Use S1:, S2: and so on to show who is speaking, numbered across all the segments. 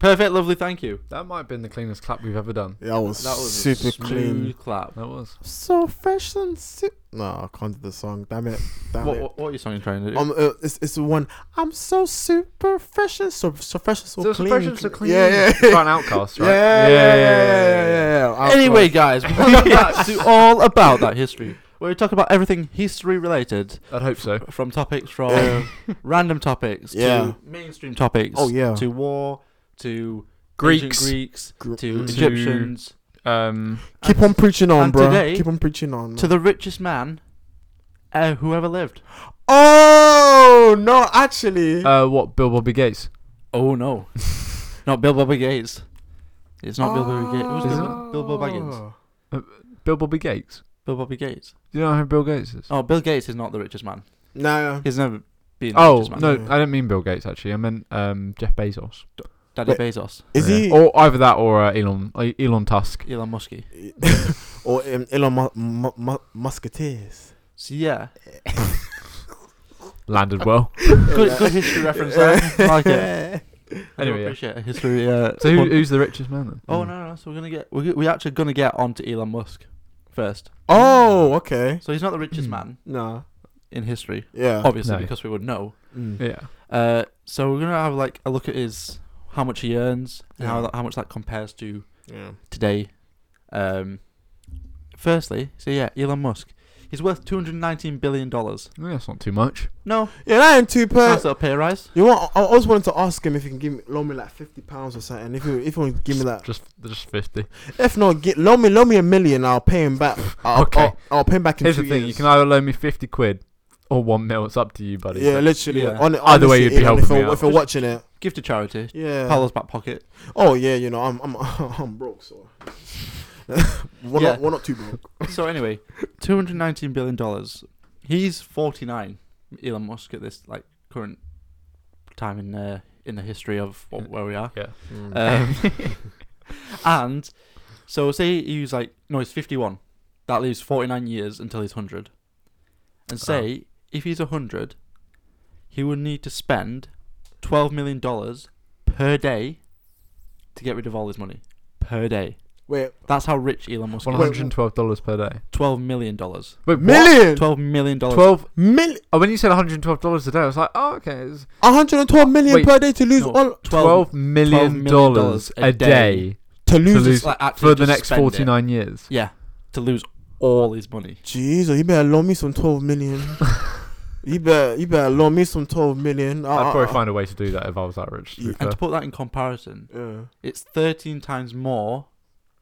S1: Perfect, lovely, thank you.
S2: That might have been the cleanest clap we've ever done.
S3: That was,
S1: That was
S3: super
S1: a smooth
S3: clean.
S1: clap.
S2: That was.
S3: So fresh and si- No, I can't do the song. Damn it. Damn
S1: What,
S3: it.
S1: what, what are you song trying to do?
S3: Um, uh, it's it's the one. I'm so super fresh and so so fresh and so,
S2: So
S3: clean.
S2: fresh and so clean.
S3: Yeah, yeah,
S2: It's about an outcast, right?
S3: yeah, yeah, yeah, yeah, yeah, yeah, yeah. Outcast.
S1: anyway, guys, welcome back to all about that history. Where we talk about everything history related,
S2: I'd hope so.
S1: from topics from
S3: Yeah.
S1: random topics
S3: Yeah.
S1: to mainstream topics.
S3: Oh, yeah.
S1: To war, to
S2: Greeks.
S1: ancient Greeks,
S3: Gr-
S1: to
S2: mm.
S1: Egyptians,
S2: Um,
S3: keep on preaching on,
S1: and
S3: bro.
S1: today-
S3: keep on preaching on.
S1: to the richest man uh, who ever lived.
S3: oh no, actually,
S2: uh, what? Bill Bobby Gates.
S1: Oh no, not Bill Bobby Gates. It's not Bill Bobby Gates. Who's
S2: Isn't
S3: Oh.
S1: Bill, Bill Bob Baggins.
S2: Bill Bobby Gates.
S1: Bill Bobby Gates.
S2: Do you know who Bill Gates is?
S1: Oh, Bill Gates is not the richest man.
S3: Nah.
S1: He's never been. The
S2: Oh
S1: richest man.
S2: no, I didn't mean Bill Gates. Actually, I meant um, Jeff Bezos.
S1: Daddy
S3: Wait.
S1: Bezos,
S3: Is
S2: Yeah.
S3: he
S1: Oh.
S3: or,
S2: Or either that or uh, Elon uh, Elon Tusk.
S1: Elon Muskie.
S3: or um, Elon Mu- Mu- Mu- Musketeers?
S1: So yeah,
S2: Landed well.
S1: good, good history reference. there. I like it. I do
S2: Anyway, yeah.
S1: appreciate a history. Uh,
S2: So who,
S1: one-
S2: who's the richest man then? Hmm.
S1: oh no, no, so we're gonna get we're, g- we're actually gonna get on to Elon Musk first.
S3: Oh, okay.
S1: So he's not the richest man
S3: Nah.
S1: in history,
S3: Yeah.
S1: obviously,
S2: No.
S1: because we would know.
S3: Mm.
S2: Yeah.
S1: Uh, so we're gonna have like a look at his how much he earns and how
S3: Yeah.
S1: how much that compares to
S3: yeah.
S1: today. Um, firstly, so yeah, Elon Musk. He's worth two hundred nineteen billion dollars.
S2: Yeah, That's not too much.
S1: No,
S3: Yeah, that ain't too bad.
S1: that's a pay rise.
S3: You want? I I always wanted to ask him if he can give me loan me like fifty pounds or something. If he if he would give me that,
S2: Just just fifty.
S3: if not, get loan me loan me a million. I'll pay him back. I'll,
S2: Okay.
S3: I'll, I'll pay him back in
S2: Here's
S3: two
S2: the thing:
S3: years.
S2: you can either loan me fifty quid or one mil. It's up to you, buddy.
S3: yeah,
S2: But-
S3: literally.
S1: Yeah.
S3: On,
S2: Either way,
S3: honestly,
S2: you'd be
S3: even
S2: helping
S3: if
S2: me
S3: you're,
S2: out.
S3: if you're watching it.
S1: Give to charity.
S3: Yeah.
S1: Paolo's back pocket.
S3: Oh yeah, you know I'm I'm I'm broke, so we're
S1: Yeah.
S3: not we're not too broke.
S1: so anyway, two hundred nineteen billion dollars. He's forty nine. Elon Musk at this like current time in uh, in the history of what, where we are.
S2: yeah.
S1: Um, and so say he's like no, he's fifty one. That leaves forty nine years until he's hundred. And say if he's hundred, he would need to spend twelve million dollars per day to get rid of all his money per day.
S3: Wait,
S1: That's how rich Elon Musk.
S2: One
S1: is.
S2: hundred and twelve dollars per day.
S1: Twelve million dollars.
S2: Wait, what?
S3: million,
S1: Twelve million dollars.
S2: Twelve.
S3: million,
S2: Oh, when you said one hundred and twelve dollars a day, I was like, oh, okay. It's
S3: hundred and twelve million
S2: Wait,
S3: per day to lose
S1: no,
S3: all
S2: twelve million
S1: million
S2: dollars a day
S3: to
S2: to
S3: lose.
S2: lose
S1: like, actually
S2: for the
S1: just
S2: next
S1: spend it.
S2: forty nine years.
S1: Yeah, to lose all his money.
S3: Jeez, oh, you better loan me some twelve million. you better you better loan me some twelve million.
S2: I'd
S3: Uh,
S2: probably
S3: uh,
S2: find a way to do that if I was that rich. to be
S3: Yeah.
S1: And
S2: fair.
S1: to put that in comparison,
S3: Yeah.
S1: it's thirteen times more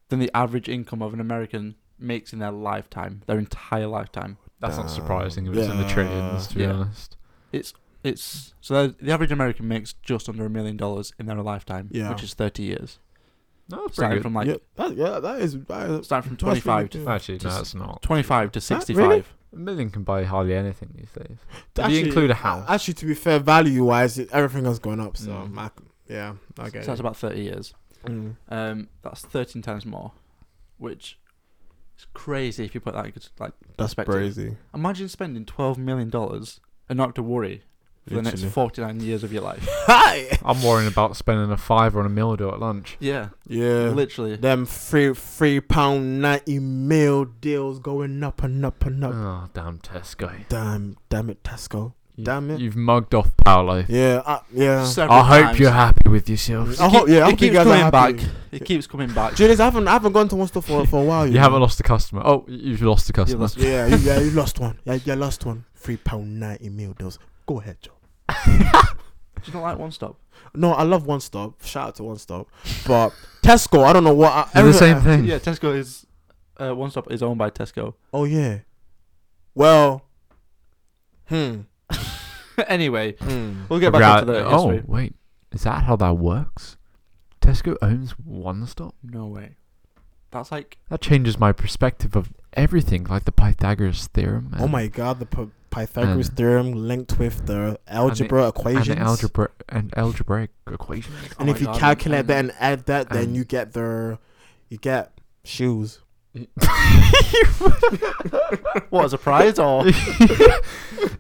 S1: than the average income of an American makes in their lifetime, their entire lifetime.
S2: That's not
S3: Damn.
S2: surprising if it's in the
S3: Yeah.
S2: trillions, to be
S1: Yeah.
S2: honest.
S1: It's so the, the average American makes just under a million dollars in their lifetime,
S3: Yeah.
S1: which is thirty years.
S2: No, that's pretty
S1: Starting
S2: good.
S1: from like
S3: yeah, that, yeah, that is. That is
S1: starting from twenty
S3: that's
S1: five
S3: really
S1: to
S3: good.
S2: Actually, no,
S1: just-
S2: it's not.
S1: twenty five to
S3: Huh?
S1: sixty
S3: Really?
S1: five.
S2: A million can buy hardly anything these days. If
S3: Actually-
S2: you include a house.
S3: Actually, to be fair, value wise, everything has gone up. So
S2: Mm.
S3: I c- yeah, I get
S1: So that's
S3: it.
S1: about thirty years.
S3: Mm.
S1: Um, that's 13 times more, which is crazy if you put that in like
S3: That's
S1: perspective.
S3: crazy.
S1: Imagine spending 12 million dollars and not have to worry for the next
S3: Literally.
S1: 49 years of your life.
S3: Hi.
S2: I'm worrying about spending a fiver on a meal deal at lunch.
S1: yeah,
S3: Yeah.
S1: literally.
S3: Them three three pound ninety meal deals going up and up and up.
S2: Oh, damn Tesco.
S3: Damn, damn it, Tesco.
S2: You-
S3: Damn it.
S2: You've mugged off Paolo.
S3: Yeah, uh, yeah.
S1: Several
S2: I hope
S1: times.
S2: you're happy with yourself.
S3: I
S1: It
S3: hope,
S1: keep-
S3: yeah, I
S1: it
S3: hope you
S1: keeps
S3: guys are
S1: coming back.
S3: happy.
S1: It keeps coming back.
S3: Julius, I haven't, I haven't gone to one store for, for a while.
S2: You haven't lost a customer. Oh, y- you've lost a customer.
S1: lost-
S3: Yeah, you, yeah, you lost one. Yeah, you lost one. Three pound ninety meal deals. Go ahead, Joe.
S1: Do you not like One Stop?
S3: No, I love One Stop. Shout out to One Stop, but Tesco. I don't know what. I,
S2: It's the
S3: everything-
S2: same thing.
S1: yeah, Tesco is. Uh, One Stop is owned by Tesco.
S3: Oh yeah. Well. Hmm.
S1: anyway,
S3: hmm.
S1: we'll get back
S2: Ra-
S1: into the
S2: oh,
S1: history.
S2: wait. Is that how that works? Tesco owns one stop?
S1: No way. That's like
S2: That changes my perspective of everything, like the Pythagoras theorem.
S3: Oh
S2: and-
S3: my God! The P- Pythagoras
S2: And-
S3: theorem linked with the algebra equations.
S2: Um, and algebra and algebraic equation.
S3: And
S1: Oh
S3: if
S1: my
S3: you
S1: God,
S3: calculate
S1: and-
S3: that and add that, then
S2: and-
S3: you get the, you get shoes.
S1: what a surprise or
S2: if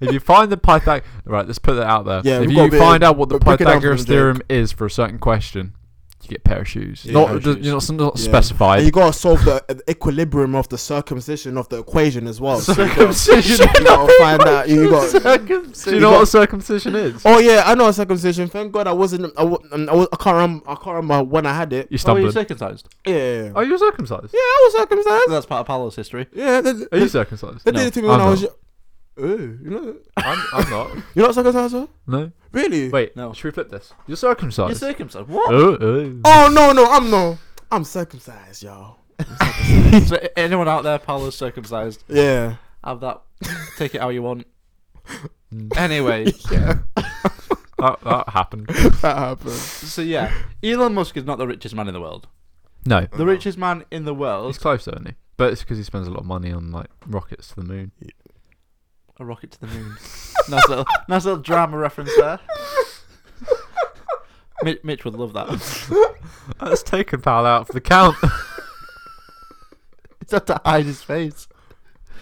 S2: you find the Pythag, right, let's put that out there.
S3: Yeah,
S2: if
S3: we've got a
S2: you
S3: bit-
S2: find out what the
S3: but break it down for
S2: Pythagoras
S3: them, Jake.
S2: theorem is for a certain question, you get a pair of shoes.
S1: Yeah,
S2: not
S1: pair of
S2: does-
S1: shoes.
S2: you're not, not
S3: Yeah.
S2: specified.
S3: And you gotta solve the uh, equilibrium of the circumcision of the equation as well. So you gotta-
S2: circumcision.
S3: you gotta find out. You got.
S2: circumcision. Do you
S3: you
S2: know
S3: got-
S2: what circumcision is?
S3: Oh yeah, I know a circumcision. Thank God I wasn't. I, w- I, was, I can't remember. I can't remember when I had it.
S2: You
S1: Oh, were you
S2: stumbled.
S1: circumcised?
S3: Yeah, yeah, yeah.
S2: Are you circumcised?
S3: yeah, I was circumcised.
S1: That's part of Palo's history.
S3: Yeah, they, they,
S2: Are you circumcised?
S3: they
S1: No,
S3: did it to me
S2: I'm
S3: when I was.
S2: not.
S3: yo- Ooh, you know,
S2: I'm, I'm not.
S3: you're not circumcised, huh?
S2: No.
S3: Really?
S2: Wait.
S1: No.
S2: Should we flip this? You're
S1: You're
S2: circumcised.
S1: circumcised. What?
S2: oh, oh.
S3: Oh no, no, I'm no, I'm circumcised, y'all.
S1: so a- anyone out there, Palo's circumcised.
S3: Yeah.
S1: Have that. Take it how you want. Anyway,
S2: Mm. That, that happened.
S3: That happened.
S1: so yeah, Elon Musk is not the richest man in the world.
S2: No.
S1: The richest man in the
S2: He's
S1: world.
S2: close, though, isn't he? But it's because he spends a lot of money on like rockets to the moon.
S1: A rocket to the moon. nice little, nice little drama reference there. Mitch, Mitch would love that. Is
S2: That's taken pal out for the count.
S1: that to hide his face?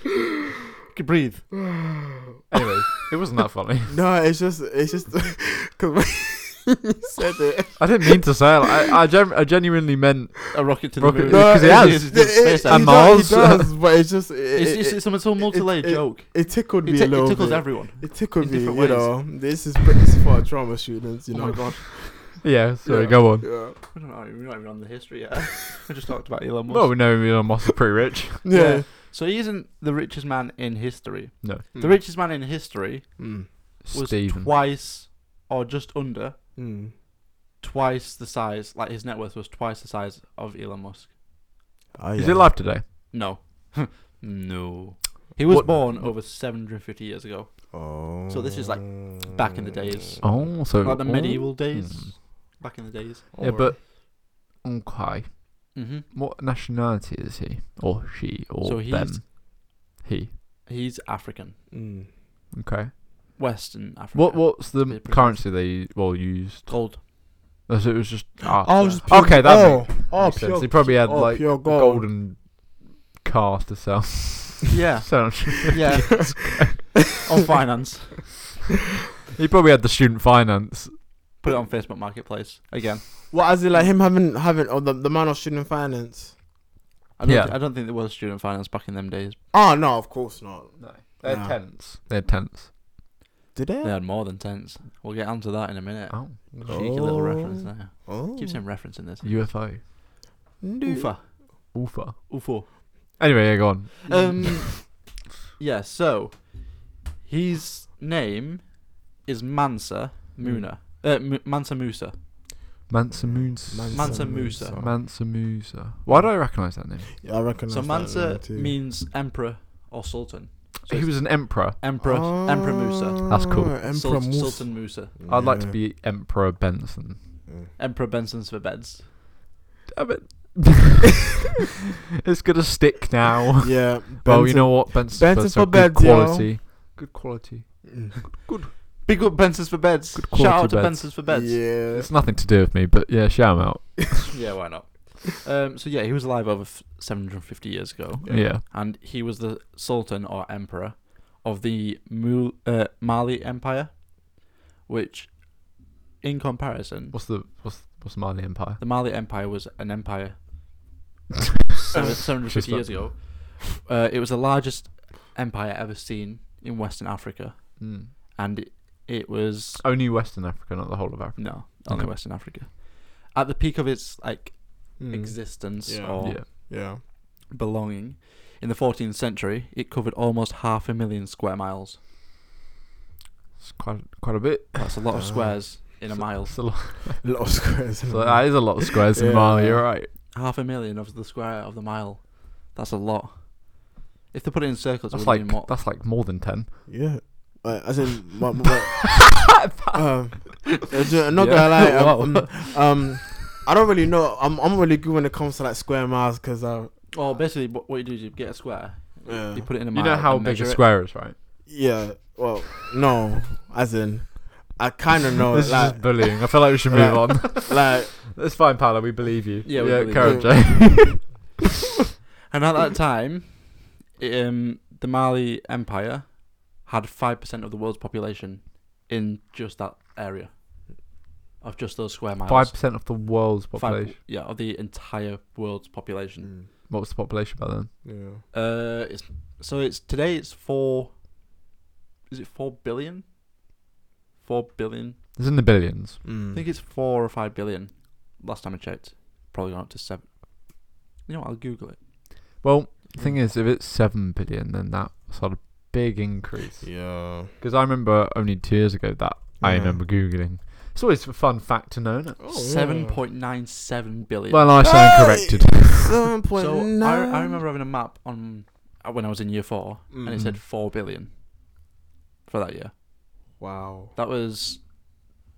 S1: Can breathe.
S2: anyway, it wasn't that funny.
S3: No, it's just, it's just, cause you said it.
S2: I didn't mean to say it. I I, gen- I genuinely meant
S1: A rocket to the
S2: Rocket-
S1: moon.
S2: No, 'cause he
S3: it-
S2: has.
S3: it-
S1: It's, it's,
S3: it-
S1: it's,
S3: he
S2: And
S3: does- he
S2: Miles.
S3: does, but it's just, it,
S1: it's,
S3: it,
S1: it's, it's, a multi-layered
S3: it-
S1: joke.
S3: it tickled
S1: It,
S3: me
S1: tick-
S3: a
S1: it
S3: little
S1: tickles
S3: bit.
S1: everyone.
S3: It tickled
S1: in
S3: me, you
S1: different ways.
S3: know. This is this is for drama students, you
S1: oh
S3: know.
S1: my god.
S2: yeah. Sorry,
S3: Yeah.
S2: go on.
S3: Yeah.
S1: We're not, we're not even on the history yet. we just talked about Elon Musk.
S2: Well, we know Elon Musk is pretty rich.
S3: Yeah.
S1: Yeah. So he isn't the richest man in history.
S2: No,
S1: The richest man in history
S3: Mm.
S1: was
S2: Steven.
S1: twice or just under
S3: Mm.
S1: twice the size, like his net worth was twice the size of Elon Musk.
S3: Oh,
S2: Is
S3: yeah.
S2: it live today?
S1: No. no. He was
S2: What-
S1: born over 750 years ago,
S3: Oh.
S1: So this is, like, back in the days.
S2: Oh, so
S1: like the medieval days.
S2: Mm.
S1: Back in the days.
S2: Yeah, but okay.
S1: hmm
S2: What nationality is he or she or
S1: So he's-
S2: them? He.
S1: He's African,
S3: Mm.
S2: Okay.
S1: Western African.
S2: What what's the
S1: Yeah, pretty
S2: currency they well used?
S1: Gold.
S2: Oh, so it was just ah,
S3: Oh, it was just
S2: okay.
S3: pure-
S2: That
S3: oh,
S2: makes-
S3: oh,
S2: makes sense.
S3: pure-
S2: He probably had
S3: oh,
S2: like
S3: pure
S2: a
S3: gold.
S2: golden cars to sell.
S1: Yeah.
S2: so
S1: Yeah. Oh, on finance.
S2: he probably had the student finance.
S1: Put it on Facebook Marketplace again.
S3: What is it like him having having oh, the the man of student finance?
S1: I don't,
S2: Yeah.
S1: thi- I don't think there was student finance back in them days.
S3: Oh no, of course not.
S2: No,
S3: they had No.
S2: tents. They had tents.
S3: Did they?
S1: They had more than tents. We'll get onto that in a minute.
S2: Oh,
S1: Cheeky little reference there.
S3: Oh.
S1: Keep saying reference in this.
S2: UFO,
S1: Oh, Oofa.
S2: Ufa.
S1: Ufo.
S2: Anyway, yeah, go on.
S1: Um, yeah, so his name is Mansa Muna. Uh,
S2: Hmm.
S1: M- Mansa Musa.
S2: Mansa Musa.
S3: Mansa
S1: Mansa Musa.
S2: Mansa Musa. Why do I recognise that name?
S3: Yeah, I recognize
S1: So Mansa
S3: that name too.
S1: means emperor or sultan. So
S2: he
S1: it's
S2: was an emperor.
S1: emperor, emperor Musa.
S2: That's cool.
S3: Ah, Emperor
S1: Sul-
S3: Musa.
S1: Sultan Musa.
S2: I'd like to
S3: Yeah.
S2: be Emperor Benson.
S3: Mm.
S1: Emperor Benson's for beds.
S2: Damn it. it's gonna stick now.
S3: Yeah.
S2: Well, you
S3: Benson-
S2: know what? Benson's,
S3: Benson
S2: Benson
S3: for
S2: good
S3: beds, yo.
S2: quality. Good quality.
S3: Mm.
S1: Big up Benson's for beds.
S2: Good
S1: Shout out
S2: quality
S1: to
S2: beds.
S1: Benson's for beds.
S3: Yeah.
S2: It's nothing to do with me, but yeah, shout 'em out.
S1: yeah, why not? Um, so yeah, he was alive over f- 750 years ago,
S2: Yeah.
S1: and he was the sultan or emperor of the Mul- uh, Mali Empire, which, in comparison,
S2: What's the what's what's Mali Empire?
S1: the Mali Empire was an empire seven-
S2: Just
S1: 750 years
S2: that.
S1: ago. Uh, it was the largest empire ever seen in Western Africa,
S2: Mm.
S1: and it, it was
S2: Only Western Africa, not the whole of Africa.
S1: no only
S2: Okay.
S1: Western Africa. At the peak of its like
S3: Mm.
S1: existence
S3: Yeah.
S1: or
S2: Hmm. Yeah.
S3: Yeah.
S1: belonging. In the 14th century, it covered almost half a million square miles.
S2: It's quite quite a bit.
S1: That's a lot of
S3: Ah.
S1: squares in a mile.
S2: It's a lot.
S3: A lot of squares. in
S2: So
S3: a
S2: that is a lot of squares in
S3: Yeah.
S2: Mali. You're right.
S1: Half a million of the square of the mile. That's a lot. If they put it in circles,
S2: That's
S1: it
S2: like
S1: would like,
S2: that's like more than ten.
S3: Yeah. Uh, as in, my, my, um, uh, ju- not
S2: Yeah.
S3: gonna lie, um,
S2: Wow.
S3: um, I don't really know. I'm I'm really good when it comes to like square miles because I
S1: Well, basically, what, what you do is you get a square,
S3: yeah.
S1: you put it in a
S2: You
S1: mile.
S2: know how
S1: and
S2: big a
S1: measure it.
S2: square is, right?
S3: yeah. Well, no, as in, I kind of know.
S2: this is
S3: like,
S2: just bullying. I feel like we should move on.
S3: like
S2: That's fine, Paolo. We believe you.
S1: Yeah, we believe
S2: carry on,
S3: you.
S2: Jay.
S1: And at that time, um, the Mali Empire had 5% of the world's population in just that area. of just those square miles.
S2: Five percent of the world's population.
S1: yeah, of the entire world's population.
S3: Mm.
S2: What was the population by then?
S3: Yeah.
S1: Uh, it's so it's today it's four. Is it four billion? Four billion.
S2: It's in the billions.
S1: I
S3: Mm.
S1: think it's four or five billion. Last time I checked, probably gone up to seven. You know, what, I'll Google it.
S2: Well, the thing is, if it's seven billion, then that's not a big increase.
S3: Yeah.
S2: Because I remember only two years ago that I
S3: Yeah.
S2: remember googling. It's always a fun fact to know. Isn't it?
S3: Oh,
S1: Seven
S3: yeah.
S1: point nine seven billion.
S2: Well, I stand corrected.
S3: Seven point
S1: so
S3: nine.
S1: I, I remember having a map on uh, when I was in year 4
S3: Mm.
S1: and it
S2: Mhm.
S1: said four billion for that year.
S3: Wow.
S1: That was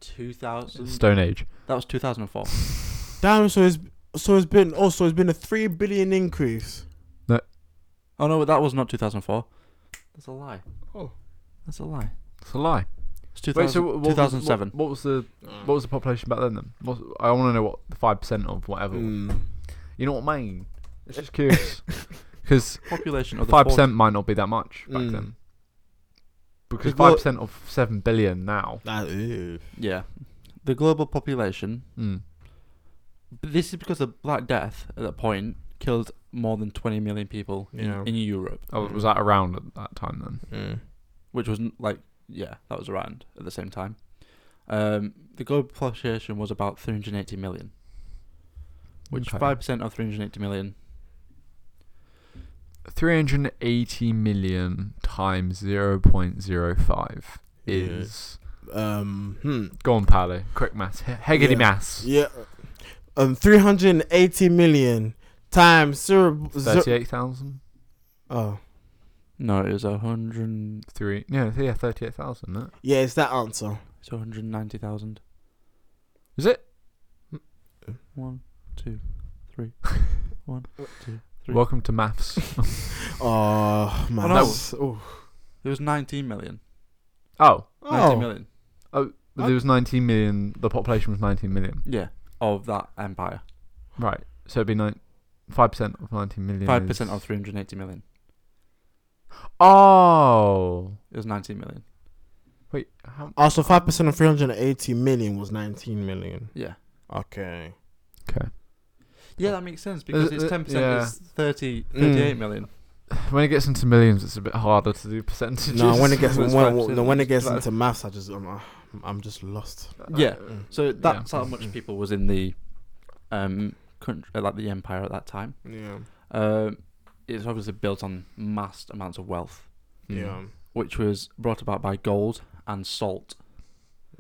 S1: two thousand.
S2: Stone Age.
S1: that was two thousand and
S3: Oh.
S1: four.
S3: Damn. So it's so it's been oh so it's been a three billion increase.
S1: Oh no, that was not two thousand four. That's a lie.
S3: Oh.
S1: That's a lie.
S2: It's a lie.
S1: It's 2000,
S2: what was-
S1: 2007.
S2: What, what was the
S3: Mm.
S2: what was the population back then? Then what, I want to know what the five percent of whatever. was.
S3: Mm.
S2: You know what I mean? It's just curious because
S1: population of the
S2: five
S1: 40
S2: percent might not be that much back
S3: Mm.
S2: then. Because
S3: It wa-
S2: five percent of seven billion now.
S3: That is.
S1: Yeah, the global population.
S2: Mm.
S1: But this is because the Black Death at that point killed more than 20 million people
S3: Yeah.
S1: in, in Europe,
S2: Oh, was that around at that time then?
S3: Mm.
S1: which was n- like yeah, that was around at the same time. Um, the global population was about 380 million, which
S2: Okay.
S1: five percent of 380 million.
S2: 380 million times 0.05
S3: Yeah.
S2: is.
S3: Um. Hmm.
S2: Go on, Pally. Quick maths. He- Heggedy
S3: Yeah.
S2: maths.
S3: Yeah. Um. Three hundred and eighty million times zero. zero
S2: 38,000?
S3: oh.
S1: No, it was 100.
S2: Three. Yeah, th- yeah 38,000, isn't it?
S3: Yeah. It's that answer.
S1: It's 190,000.
S2: Is it?
S1: One, two, three. One, two, three.
S2: Welcome to maths.
S3: Oh man.
S1: no.
S3: that's- oof.
S1: It was 19 million.
S2: oh,
S3: Oh.
S1: 19 million.
S2: but there was 19 million. The population was 19 million.
S1: Yeah, of that empire.
S2: Right. So it'd be nine, 5% of 19 million.
S1: Five percent
S2: is-
S1: of 380 million.
S2: Oh.
S1: It was 19 million.
S2: Wait. How?
S3: Also, Oh, five percent of three hundred and eighty million was nineteen million.
S1: Yeah.
S3: Okay.
S2: Okay.
S1: Yeah, that makes sense because it's
S2: uh,
S1: 10%.
S2: yeah.
S1: It's 30,
S3: Mm.
S1: 38 million.
S2: When it gets into millions, it's a bit harder to do percentages.
S3: No, when it gets
S1: That's
S3: when,
S1: five
S3: no, when it gets
S1: percent.
S3: into maths, I just I'm, uh, I'm just lost.
S1: Yeah.
S3: Mm.
S1: So that's
S2: Yeah.
S1: how much people was in the um country, uh, like the empire at that time.
S3: Yeah.
S1: Um, it's obviously built on massed amounts of wealth,
S2: Mm.
S3: Yeah.
S1: which was brought about by gold and salt.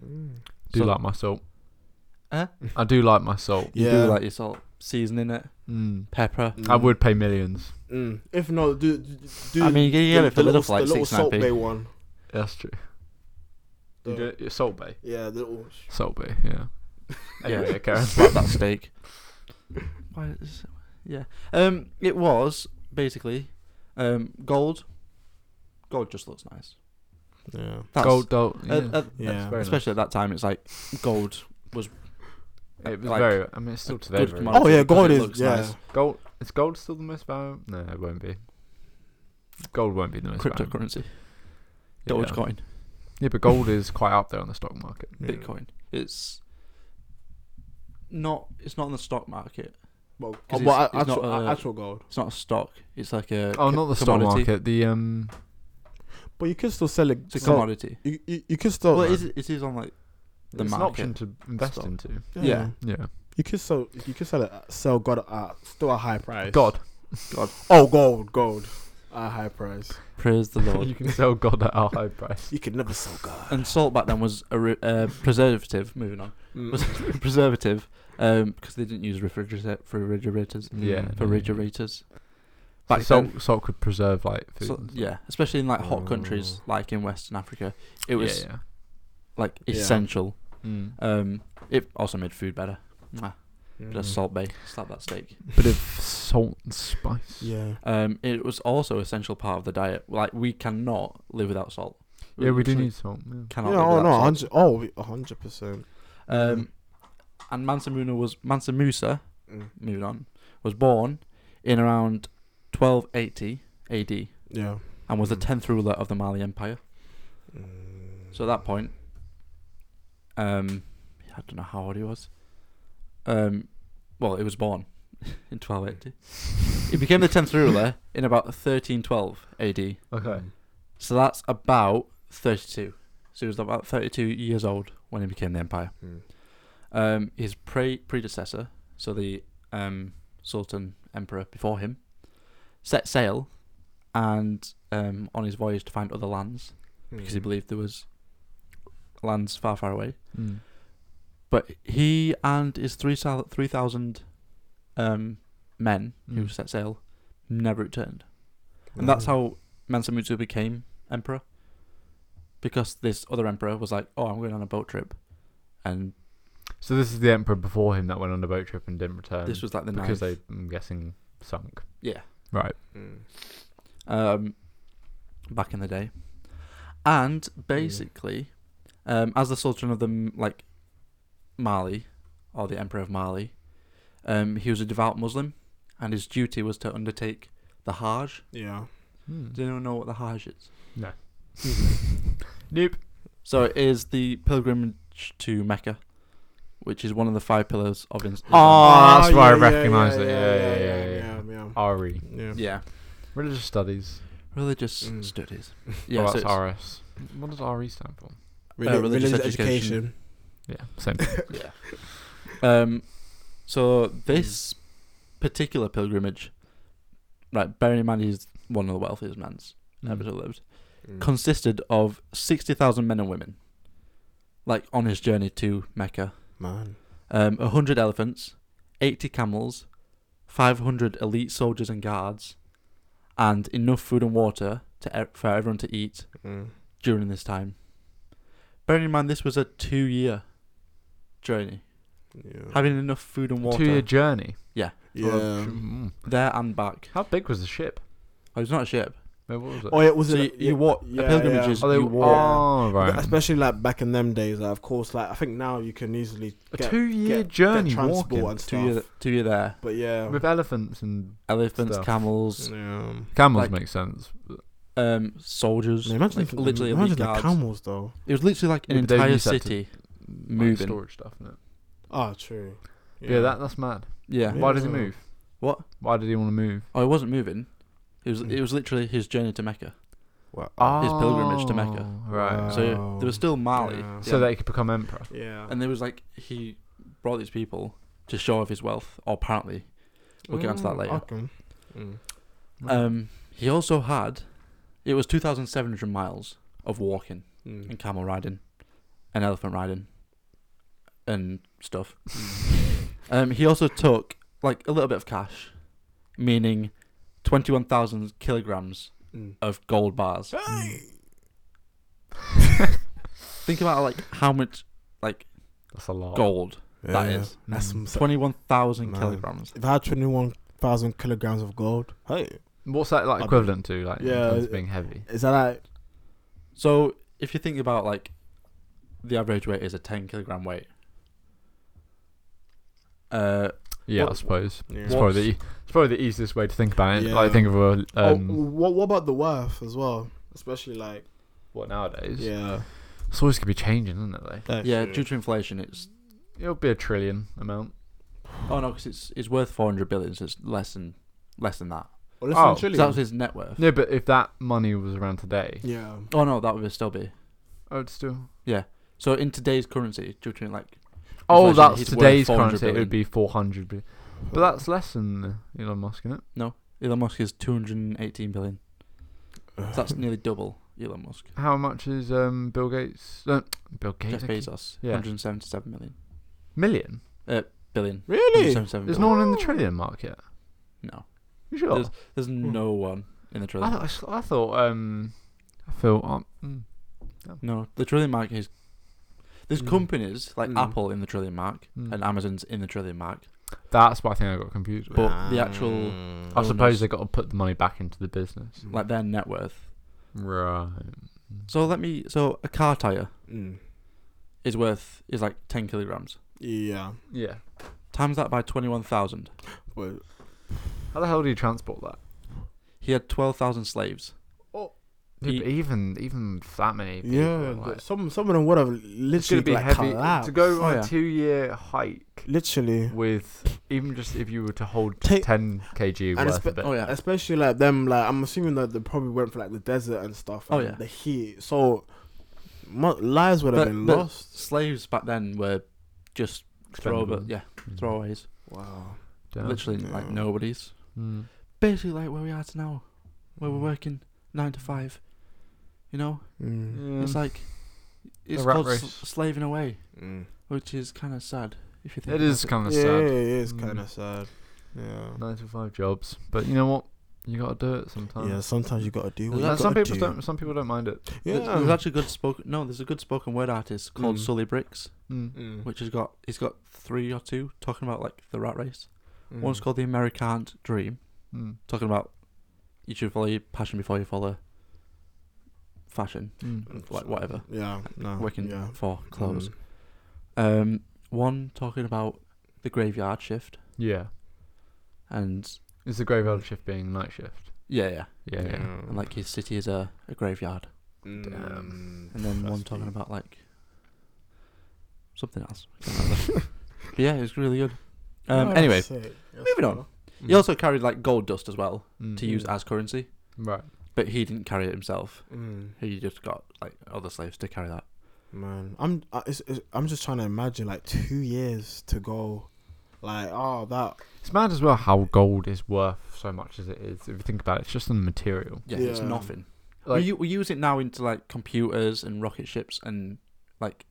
S3: Mm.
S2: do
S1: So-
S2: like my salt.
S1: Huh?
S2: I do like my salt.
S1: You
S3: Yeah.
S1: do like your salt, seasoning it, Hmm.
S2: Mm.
S1: pepper.
S2: I would pay millions.
S3: Mm. If not, do do. do
S1: I mean, you can get
S3: the-
S1: it for little
S3: the little,
S1: for like
S3: the little
S1: six
S3: salt bay
S1: p.
S3: one.
S2: That's true.
S3: The-
S2: salt bay.
S3: yeah, the little.
S2: Salt bay. Yeah. Anyway, Karen.
S1: slap that steak. Why is- yeah. Um, it was basically um, gold. Gold just looks nice.
S3: Yeah.
S1: That's,
S2: Gold. Gold.
S1: uh,
S2: Yeah.
S1: uh,
S3: Yeah.
S2: very
S1: especially at that time, it's like gold.
S2: it was
S1: like,
S2: very. I mean, it's still
S1: a
S2: today.
S1: good
S2: Very,
S1: commodity
S3: Oh yeah,
S1: because
S3: gold
S1: it
S3: is
S1: looks
S3: yeah.
S1: nice.
S2: Gold. Is gold still the most valuable? No, it won't be. Gold won't be the most valuable.
S1: Cryptocurrency,
S2: Yeah, yeah.
S1: Dogecoin,
S2: Yeah, but gold is quite up there on the stock market.
S3: Yeah.
S1: Bitcoin. It's not. It's not on the stock market.
S3: Well,
S1: 'Cause
S3: uh, well,
S1: it's- it's
S3: actual,
S1: not,
S3: uh,
S1: uh,
S3: actual gold.
S1: It's not a stock. It's like a.
S2: Oh,
S1: co-
S2: not the stock
S1: commodity.
S2: market. The um.
S3: But you can still sell it.
S1: It's a
S3: sell-
S1: commodity.
S3: you, you you can still.
S1: well,
S3: uh,
S1: it is, it is on like the
S2: it's an
S1: market.
S2: option to invest
S1: Stock.
S2: into.
S1: yeah.
S2: Yeah.
S3: You could sell. You could sell it. at- Sell gold at still a high price.
S2: God.
S3: Oh, gold, gold. At a high price.
S1: Praise the Lord.
S2: you can sell God at a high price.
S3: You could never sell gold.
S1: and salt back then was a re- uh, preservative. Moving on,
S3: Mm.
S1: was a preservative um, because they didn't use refrigerator- refrigerators.
S2: Yeah.
S1: for refrigerators.
S2: So
S1: Back
S2: salt,
S1: then-
S2: salt could preserve like food.
S1: um, So,
S2: and stuff.
S1: yeah, especially in like hot countries
S3: Oh.
S1: like in Western Africa, it was
S2: Yeah,
S1: like
S3: Yeah.
S1: essential.
S2: yeah. Mm.
S1: Um, it also made food better. Mwah.
S3: Mm-hmm.
S1: Bit of salt bay, Ah. slap that steak.
S2: bit of salt and spice.
S3: Yeah.
S1: Um, it was also essential part of the diet. Like we cannot live without salt.
S2: Yeah, we do
S1: literally
S2: need salt. yeah.
S1: Cannot.
S3: Yeah,
S1: live
S3: oh
S1: without
S3: no,
S1: salt.
S3: hundred. Oh, we- a hundred percent.
S1: Um, and Mansa Muna was Mansa Musa.
S3: Mm.
S1: Moving on, was born in around 1280 AD
S3: Yeah.
S1: and was the
S3: Mm.
S1: tenth ruler of the Mali Empire. So at that point, um, I don't know how old he was. Um, well, he was born in 1280. he became the 10th ruler in about 1312 AD.
S2: Okay.
S1: So that's about 32. So he was about 32 years old when he became the empire.
S3: Mm.
S1: Um, his pre- predecessor, so the um, Sultan Emperor before him, set sail and um, on his voyage to find other lands
S3: Mm-hmm.
S1: because he believed there was lands far, far away.
S2: Mm.
S1: But he and his three sal- 3,000 um, men who
S2: Mm.
S1: set sail never returned.
S3: Mm-hmm.
S1: And that's how Mansamutsu became emperor. Because this other emperor was like, oh, I'm going on a boat trip. And
S2: So this is the emperor before him that went on a boat trip and didn't return.
S1: this was like the
S2: Um, because
S1: ninth.
S2: they, I'm guessing, sunk.
S1: Yeah.
S2: Right.
S3: Mm.
S1: um, back in the day, and basically, um, as the Sultan of the M- like Mali, or the Emperor of Mali, um, he was a devout Muslim, and his duty was to undertake the Hajj.
S3: Yeah. Hmm.
S2: Mm.
S1: Do anyone know what the Hajj is?
S2: Nope.
S1: So it is the pilgrimage to Mecca, which is one of the five pillars of Islam.
S3: Ah.
S2: Oh, that's why I recognised it. Yeah, yeah, Ah.
S3: yeah, yeah,
S2: RE.
S3: yeah.
S1: yeah,
S2: E. Religious studies.
S1: religious
S3: Mm.
S1: studies.
S2: Yeah,
S1: Yeah, so it's-
S2: RS. What does RE stand for?
S3: Reli-
S1: religious
S3: religious
S1: education.
S3: education.
S2: Yeah, same.
S1: yeah. Um, so this particular pilgrimage, right? Bearing in mind he's one of the wealthiest men's
S2: Mm.
S3: Hmm.
S1: ever to lived, Mm. consisted of sixty thousand men and women, like on his journey to Mecca.
S3: Man.
S1: Um, hundred elephants, eighty camels, five hundred elite soldiers and guards, and enough food and water to e- for everyone to eat
S3: Mm.
S1: during this time. Bearing in mind this was a two-year journey.
S3: Yeah.
S1: Having enough food and water.
S2: Two year journey.
S3: yeah.
S2: Mm.
S1: there and back.
S2: How big was the ship?
S1: Oh, it's not a ship.
S2: Wait, what was it?
S3: Oh, yeah, was
S1: So
S3: it?
S1: you- you walk- a pilgrimage is-
S2: oh, they
S1: you
S2: were.
S1: walk.
S2: Oh,
S3: But
S2: right.
S3: Especially like back in them days, like, of course. Like I think now you can easily
S2: A
S3: get,
S2: two year
S3: get-
S2: journey
S3: get transport
S2: walking.
S3: and
S1: Two
S3: stuff.
S1: year, two year there.
S3: But yeah,
S2: With elephants and
S1: Elephants,
S2: Stuff.
S1: camels,
S3: yeah.
S2: camels
S1: Like-
S2: make sense.
S1: um, soldiers.
S3: Yeah, imagine
S1: like,
S3: if-
S1: literally
S3: imagine
S1: elite
S3: the
S1: guards.
S3: camels though.
S1: It was literally like an
S2: Yeah, but they
S1: entire
S2: use that to-
S1: city.
S2: Like
S1: Moving.
S2: storage stuff, isn't it?
S3: Oh, true.
S2: Yeah, that, that's mad.
S1: Yeah.
S3: Yeah.
S2: Why does he move?
S1: What?
S2: Why did he want to move?
S1: Oh, it wasn't moving. It was.
S3: Mm.
S1: It was literally his journey to Mecca.
S3: Wow.
S1: His pilgrimage to Mecca.
S2: Oh, Right.
S3: Wow.
S1: So there was still Mali.
S3: Um, Yeah.
S2: So that he could become emperor.
S3: yeah.
S1: And there was like he brought these people to show off his wealth. Or apparently, we'll get onto that
S3: Mm,
S1: later.
S3: okay. Mm.
S1: um, he also had. It was two thousand seven hundred miles of walking.
S3: Mm.
S1: and camel riding and elephant riding and stuff. um, he also took like a little bit of cash, meaning 21,000 kilograms
S3: Mm.
S1: of gold bars. Think about like how much like
S2: That's a lot.
S1: gold that
S3: Yeah.
S1: is.
S3: That's
S2: Mm.
S3: some.
S1: 21,000
S3: Man.
S1: kilograms.
S3: If I had twenty-one thousand kilograms of gold, hey,
S2: What's that like
S3: I'd-
S2: equivalent to? Like,
S3: Yeah,
S2: yeah, in terms of
S3: it-
S2: being heavy.
S3: is that like?
S1: So if you think about like the average weight is a 10 kilogram weight. Uh,
S2: Yeah, I
S1: what-
S2: suppose.
S3: Yeah.
S2: It's probably, the, e- it's probably the easiest way to think about it.
S3: Yeah.
S2: Like, think of a
S3: Oh,
S2: um,
S3: what what about the worth as well? Especially like
S2: what nowadays.
S3: yeah,
S2: It's always gonna be changing, isn't it? Though
S1: yeah, due to inflation, it's
S2: it'll be a trillion amount.
S1: oh no, because it's it's worth four hundred billion, so it's less than less than that.
S3: Or less than
S2: Oh, so
S3: a
S1: So
S3: trillion.
S1: that was his net worth.
S2: No, but if that money was around today,
S3: yeah,
S1: Oh no, that would still be.
S2: I would still.
S1: So in today's currency, due to like,
S2: Oh,
S1: Inflation,
S2: that's
S1: he's worth
S2: today's
S1: 400
S2: currency. It
S1: billion.
S2: would be four hundred billion. But that's less than Elon Musk, isn't it?
S1: Elon Musk is two hundred and eighteen billion. So that's nearly double Elon Musk.
S2: How much is um Bill Gates? Uh, Bill
S1: Jeff
S2: Gates. I keep-
S1: Bezos,
S2: Yeah.
S1: one hundred seventy-seven million Uh,
S2: Million.
S1: billion.
S3: really.
S1: 177
S2: There's
S1: billion.
S2: no one in the trillion mark yet.
S1: No,
S2: You sure?
S1: there's no one in the
S2: Hmm. I
S1: trillion.
S2: thought. I s- I, thought. Um, I feel. Um,
S1: Hmm.
S2: mm.
S1: No, the trillion mark is. There's
S2: Hmm.
S3: Mm.
S1: companies like
S3: Mm.
S1: Apple in the trillion mark
S2: Mm.
S1: and Amazon's in the trillion mark.
S2: That's what I think I got confused with.
S1: But the actual
S2: I
S3: Mm.
S1: owners-
S2: suppose they got to put the money back into the business.
S1: like their net worth.
S2: Right.
S1: So let me. So a car tire
S3: Mm.
S1: is worth is like ten kilograms.
S3: Yeah,
S2: Yeah.
S1: Times that by twenty-one thousand.
S3: but
S2: How the hell do you transport that?
S1: He had 12,000 slaves.
S2: Oh. Yeah,
S1: He-
S2: but even even that many people.
S3: Yeah,
S2: like,
S3: but some some of them would have
S2: it's gonna
S3: literally
S2: be
S3: like
S2: heavy
S3: collapsed.
S2: to go
S1: Oh,
S2: on
S1: yeah.
S2: a two-year hike
S3: literally,
S2: with even just if you were to hold
S3: Take-
S2: 10 kg
S3: and
S2: worth
S3: espe-
S2: of it.
S1: Oh yeah.
S3: especially like them. Like I'm assuming that they probably went for like the desert and stuff.
S1: Oh,
S3: and
S1: yeah.
S3: the heat. So mo- lives would have
S1: But,
S3: been
S1: but
S3: lost.
S1: slaves back then were just throwaway,
S2: Expendable.
S1: yeah,
S2: Mm.
S1: throwaways.
S3: Wow.
S2: Yeah.
S1: Literally
S3: Yeah.
S1: like nobodies.
S2: Mm.
S1: Basically like where we are to now, where we're working nine to five. You know,
S3: Mm.
S1: it's like it's
S2: rat
S1: called
S2: race.
S1: s- slaving away,
S3: Mm.
S1: which is kind of sad if you think.
S2: It
S1: about
S2: is kind
S3: Yeah,
S2: of
S3: yeah,
S2: sad.
S3: it's
S2: Mm.
S3: kind of sad. Yeah.
S2: Nine to five jobs, but you know what? You gotta do it sometimes.
S3: Yeah, sometimes you gotta do what
S1: Well,
S3: you
S2: And
S1: that's
S3: gotta
S2: some people
S3: do.
S2: don't. Some people don't mind it.
S1: There-
S3: Yeah.
S1: There's actually good spoken. No, there's a good spoken word artist called
S3: Mm.
S1: Sully Bricks,
S2: Mm.
S3: Mm.
S1: which has got he's got three or two talking about like the rat race.
S3: Mm.
S1: One's called the American Dream,
S2: Mm.
S1: talking about you should follow your passion before you follow fashion,
S2: Mm.
S1: like whatever,
S3: Yeah. No.
S1: working
S3: Oh, Yeah. Mm.
S1: for clothes. Um, one talking about the graveyard shift
S2: Yeah.
S1: and
S2: Is the graveyard shift being night shift?
S1: yeah, yeah,
S2: Yeah. yeah.
S1: and like his city is a, a graveyard,
S3: Mm. Damn.
S1: and then one talking about like something else. I can't remember. but yeah, it's really good. Um,
S3: Oh,
S1: anyway, moving on. He also carried like gold dust as well
S2: Mm.
S1: to use
S3: Mm.
S1: as currency,
S2: Right.
S1: but he didn't carry it himself.
S3: Mm.
S1: He just got like other slaves to carry that.
S3: Man, I'm I, it's, it's, I'm just trying to imagine like two years to go, like oh that
S2: It's mad as well how gold is worth so much as it is. If you think about it, it's just the material.
S1: Yeah, it's
S3: Yeah.
S1: nothing.
S2: Like,
S1: we, u- we use it now into like computers and rocket ships and like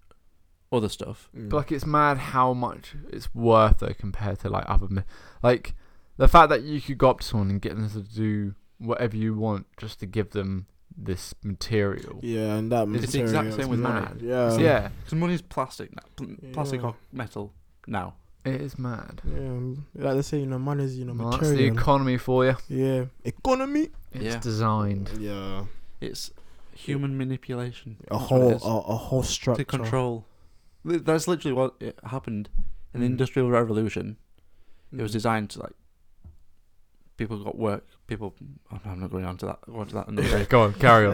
S1: other stuff.
S3: mm.
S2: but, like it's mad how much it's worth though compared to like other, mi- like the fact that you could go up to someone and get them to do whatever you want just to give them this material.
S3: yeah, and that
S1: It's the exact
S3: material
S1: same
S3: is
S1: with money.
S3: mad. Yeah,
S2: yeah.
S1: Because money's plastic, now, pl- plastic
S3: Yeah.
S1: or metal now.
S2: It is mad.
S3: yeah. um, Like they say, you know, money's you know
S2: Well, that's the
S3: material.
S2: economy for you.
S3: yeah, economy.
S2: It's
S1: Yeah.
S2: designed.
S3: Yeah,
S1: It's human manipulation.
S3: a
S1: That's what it
S3: whole
S1: is.
S3: a, a whole structure.
S1: to control. Li- That's literally what it happened in the
S3: Mm.
S1: Industrial Revolution. It was designed to like people got work. People, I'm- I'm not going on to that. Go on to that another day.
S2: go on, carry on.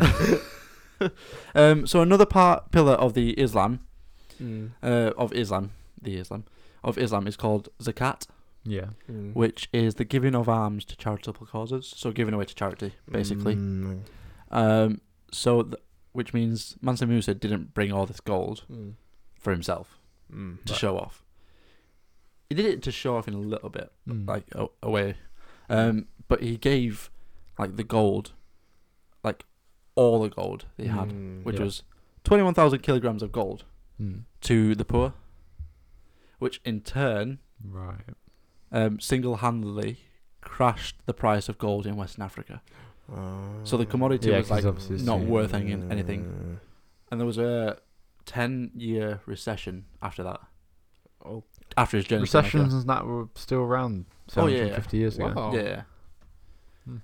S1: Um, so another part pillar of the Islam,
S3: Mm.
S1: uh, of Islam, the Islam of Islam is called zakat,
S2: yeah.
S3: Mm.
S1: which is the giving of alms to charitable causes. So giving away to charity, basically.
S3: Mm.
S1: Um, so th- which means Mansa Musa didn't bring all this gold
S3: Mm.
S1: for himself
S3: Mm.
S1: to show off. He did it to show off in a little bit,
S2: Mm.
S1: like a- away. Um, but he gave like the gold, like all the gold that he had,
S3: Mm.
S1: which
S2: Yeah.
S1: was twenty one thousand kilograms of gold
S2: Mm.
S1: to the poor, which in turn
S2: Right.
S1: um, single handedly crashed the price of gold in Western Africa. So the
S3: Uh,
S1: commodity
S2: Yeah,
S1: was
S2: 'cause
S1: like,
S2: obviously it's
S1: not
S2: cheap.
S1: worth any, anything. And there was a ten year recession after that.
S3: Oh.
S1: After his journey. to Mecca.
S2: Recessions and that were still around
S1: Oh, yeah, yeah.
S2: 750 years ago.
S3: Wow.
S1: Yeah, Yeah.
S2: Hmm.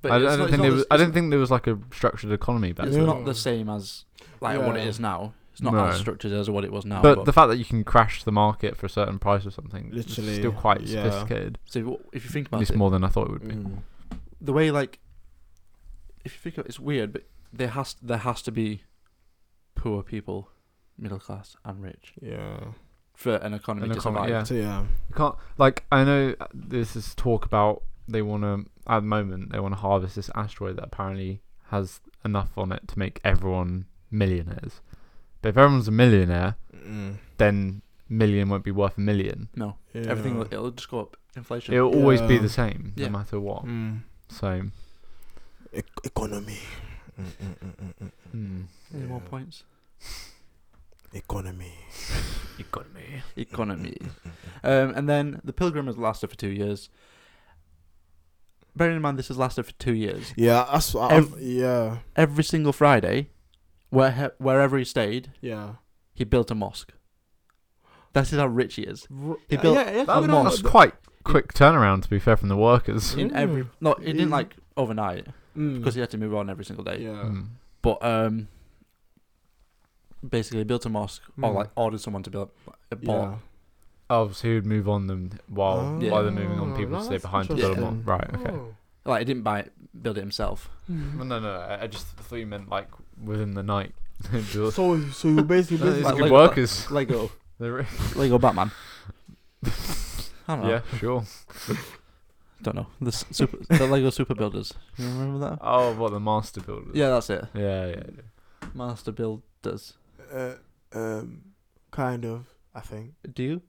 S1: But
S2: I, I
S1: it's
S2: don't
S1: not- it's
S2: think
S1: not
S2: there
S1: the-
S2: was, I
S1: it's
S2: don't think there was like a structured economy back
S1: it's
S3: Yeah.
S2: then.
S1: not the same as like what it
S3: Mm. Yeah.
S1: is now. It's not
S2: No.
S1: as structured as what it was now.
S2: but,
S1: But,
S2: the fact that you can crash the market for a certain price or something is
S3: Literally,
S2: still quite
S3: yeah.
S2: sophisticated.
S1: so if you- if you think
S2: At
S1: about
S2: least
S1: it,
S2: more than I thought it would be.
S3: Mm.
S1: the way like if you think of it's weird, but there has there has to be poor people, middle class and rich
S3: Yeah.
S1: for an economy
S2: An
S1: to
S2: economy,
S1: survive.
S2: yeah.
S3: So yeah.
S2: You can't like I know uh, this is talk about they want to at the moment they want to harvest this asteroid that apparently has enough on it to make everyone millionaires. But if everyone's a millionaire,
S3: Mm.
S2: then million won't be worth a million.
S1: No,
S3: yeah.
S1: everything will, it'll just go up. Inflation.
S2: It'll always be
S3: Yeah.
S2: the same
S1: Yeah.
S2: no matter what.
S3: Mm.
S2: So
S3: E- economy. Mm, mm, mm, mm, mm, mm.
S2: mm.
S1: Any more
S3: Yeah.
S1: points?
S3: Economy.
S2: economy.
S1: Economy. um, and then the pilgrim has lasted for two years. Bearing in mind this has lasted for two years.
S3: Yeah, that's what I'm,
S1: Ev-
S3: yeah,
S1: every single Friday, where he- wherever he stayed,
S3: yeah.
S1: he built a mosque. That is how rich he is. He
S3: yeah,
S1: built
S3: yeah, yeah,
S1: a
S2: That,
S3: we don't-
S1: mosque.
S2: that's quite quick turnaround to be fair from the workers.
S1: In every
S3: Ooh.
S1: no, it didn't
S3: Mm.
S1: like overnight
S3: Mm.
S1: because he had to move on every single day.
S3: yeah,
S2: Mm.
S1: But um, basically built a mosque or
S3: Mm.
S1: like ordered someone to build uh, a
S3: yeah.
S1: bought
S2: Oh, so he would move on them while
S1: Yeah.
S2: while they're moving on.
S3: Oh,
S2: People
S3: no,
S2: stay
S3: that's
S2: behind to build them on.
S3: interesting.
S2: Right. Okay. Mm.
S3: Oh.
S1: Like he didn't buy it, build it himself.
S2: No, no, no. I I just thought you meant like within the night.
S3: So,
S2: Those-
S3: so you're basically,
S2: those
S1: it's
S3: basically
S1: like
S2: good
S1: Lego-
S2: workers.
S1: Lego,
S2: They're-
S1: Lego Batman. I don't know.
S2: yeah, sure.
S1: Don't know. The s- super, the Lego Super Builders. You remember that?
S2: Oh, what the master builders?
S1: Yeah, that's it.
S2: Yeah, yeah. yeah.
S1: Master Builders.
S3: uh, um, kind of. I think.
S1: Do you?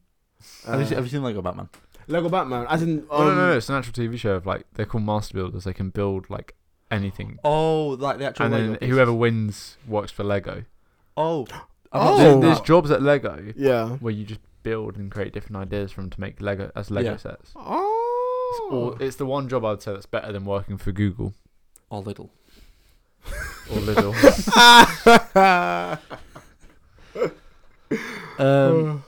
S3: Uh,
S1: have, you seen, have you seen Lego Batman?
S3: Lego Batman? As in, um,
S2: oh, no, no, no, it's an actual TV show of like they're called master builders. They can build like anything,
S1: Oh, like the actual
S2: and
S1: Lego.
S2: then whoever wins works for Lego.
S1: Oh.
S3: Oh.
S2: There-
S1: oh.
S2: there's jobs at Lego
S3: Yeah.
S2: where you just build and create different ideas from to make Lego as Lego
S1: Yeah.
S2: sets. It's, all,
S3: Oh.
S2: it's the one job I'd say that's better than working for Google
S1: Or Oh, little.
S2: or Lidl.
S1: Um,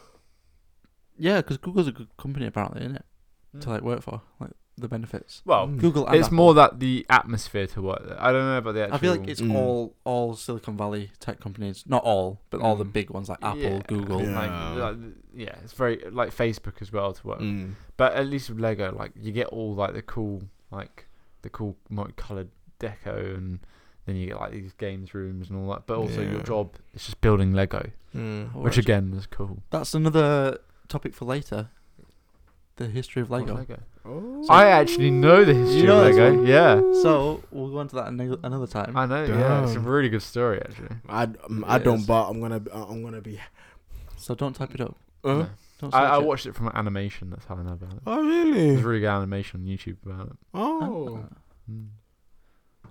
S1: yeah, because Google's a good company apparently, isn't it? To
S2: Mm.
S1: like work for, like the benefits.
S2: well,
S3: Mm.
S1: Google. And
S2: it's
S1: Apple.
S2: more that the atmosphere to work. There. I don't know about the actual.
S1: I feel like it's
S3: Mm.
S1: all all Silicon Valley tech companies, not all, but all the
S2: Mm.
S1: big ones like Apple,
S2: Yeah,
S1: Google.
S3: Yeah.
S2: Like, like, yeah, it's very like Facebook as well to work.
S1: Mm.
S3: Mm.
S2: But at least with Lego, like you get all like the cool, like the cool multicolored deco, and then you get like these games rooms and all that. But also
S3: Yeah.
S2: your job is just building Lego,
S1: Or
S2: which
S1: it's-
S2: again is cool.
S1: that's another topic for later. The history of Lego.
S2: What's
S3: Mm.
S2: I actually know the history
S1: You know
S2: of Lego. Yeah,
S1: So we'll go on to that ano- another time.
S2: I know. Yeah, it's a
S3: Damn.
S2: really good story actually.
S3: I, um, I
S1: It is.
S3: don't, but I'm gonna, be- I'm gonna be.
S1: so don't type it up.
S3: Huh?
S2: No.
S1: Don't
S2: I,
S1: search
S2: I
S1: it.
S2: watched it from animation. That's how I know about it.
S3: Oh
S2: There's
S3: really?
S2: really good animation on YouTube about it.
S3: Oh.
S2: Mm.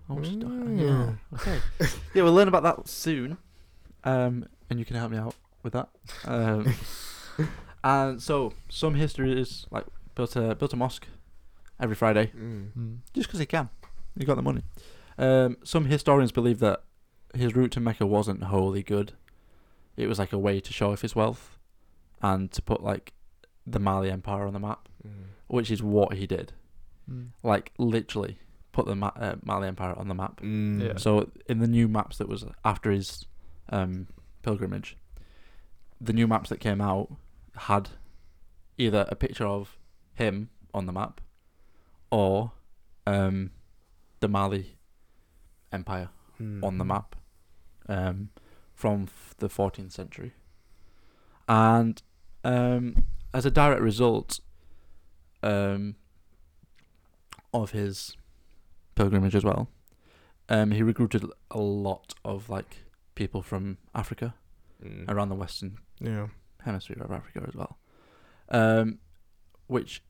S1: I watched it. Yeah.
S3: Mm.
S1: Okay. yeah, we'll learn about that soon, um, and you can help me out with that. Um, and so some history is like built a built a mosque every Friday
S3: Mm.
S2: Mm.
S1: just because he can. He got the money. Um, some historians believe that his route to Mecca wasn't wholly good. It was like a way to show off his wealth and to put like the Mali Empire on the map, which is what he did.
S2: Mm.
S1: Like literally put the ma- uh, Mali Empire on the map.
S3: Mm.
S2: Yeah.
S1: So in the new maps that was after his um, pilgrimage, the new maps that came out had either a picture of him on the map or um, the Mali Empire
S3: Mm.
S1: on the map um, from f- the 14th century. And um, as a direct result um, of his pilgrimage as well, um, he recruited a lot of like people from Africa
S3: Mm.
S1: around the Western
S3: Yeah.
S1: Hemisphere of Africa as well, um, which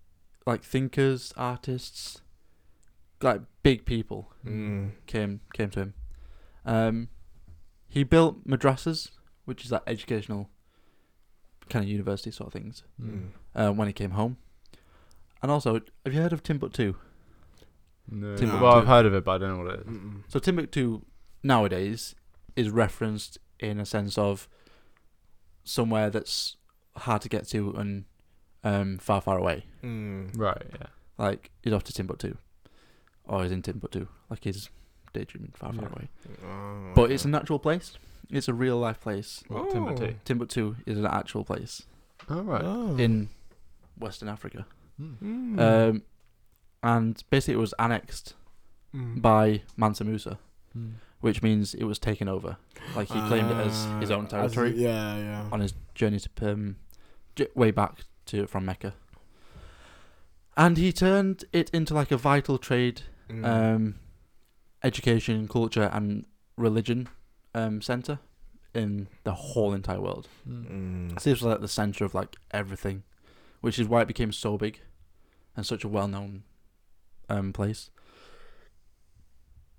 S1: like thinkers, artists, like big people
S3: Mm.
S1: came came to him. Um, he built madrasas, which is like educational kind of university sort of things.
S2: Mm.
S1: Uh, when he came home, and also, have you heard of Timbuktu?
S2: No.
S1: Timbuktu.
S2: Well, I've heard of it, but I don't know what it is.
S3: Mm.
S1: So Timbuktu nowadays is referenced in a sense of somewhere that's hard to get to and um, far, far away.
S3: Mm.
S2: Right. Yeah.
S1: Like he's off to Timbuktu, or he's in Timbuktu. Like he's daydreaming far, far
S2: Yeah.
S1: away.
S3: Oh,
S1: But
S3: okay.
S1: it's an actual place. It's a real life place.
S2: What, Timbuktu?
S1: Timbuktu is an actual place
S2: Oh, right.
S3: Oh.
S1: in Western Africa.
S2: Mm.
S3: Mm.
S1: Um, and basically, it was annexed
S3: Mm.
S1: by Mansa Musa,
S2: Mm.
S1: which means it was taken over. Like he claimed it as his
S3: Uh,
S1: own
S3: as-
S1: territory
S3: yeah, yeah.
S1: on his journey to Perm, j- way back to from Mecca. And he turned it into like a vital trade,
S3: Mm.
S1: um, education, culture, and religion um, center in the whole entire world.
S2: Mm.
S3: Mm.
S1: So this was like the center of like everything, which is why it became so big and such a well-known um, place.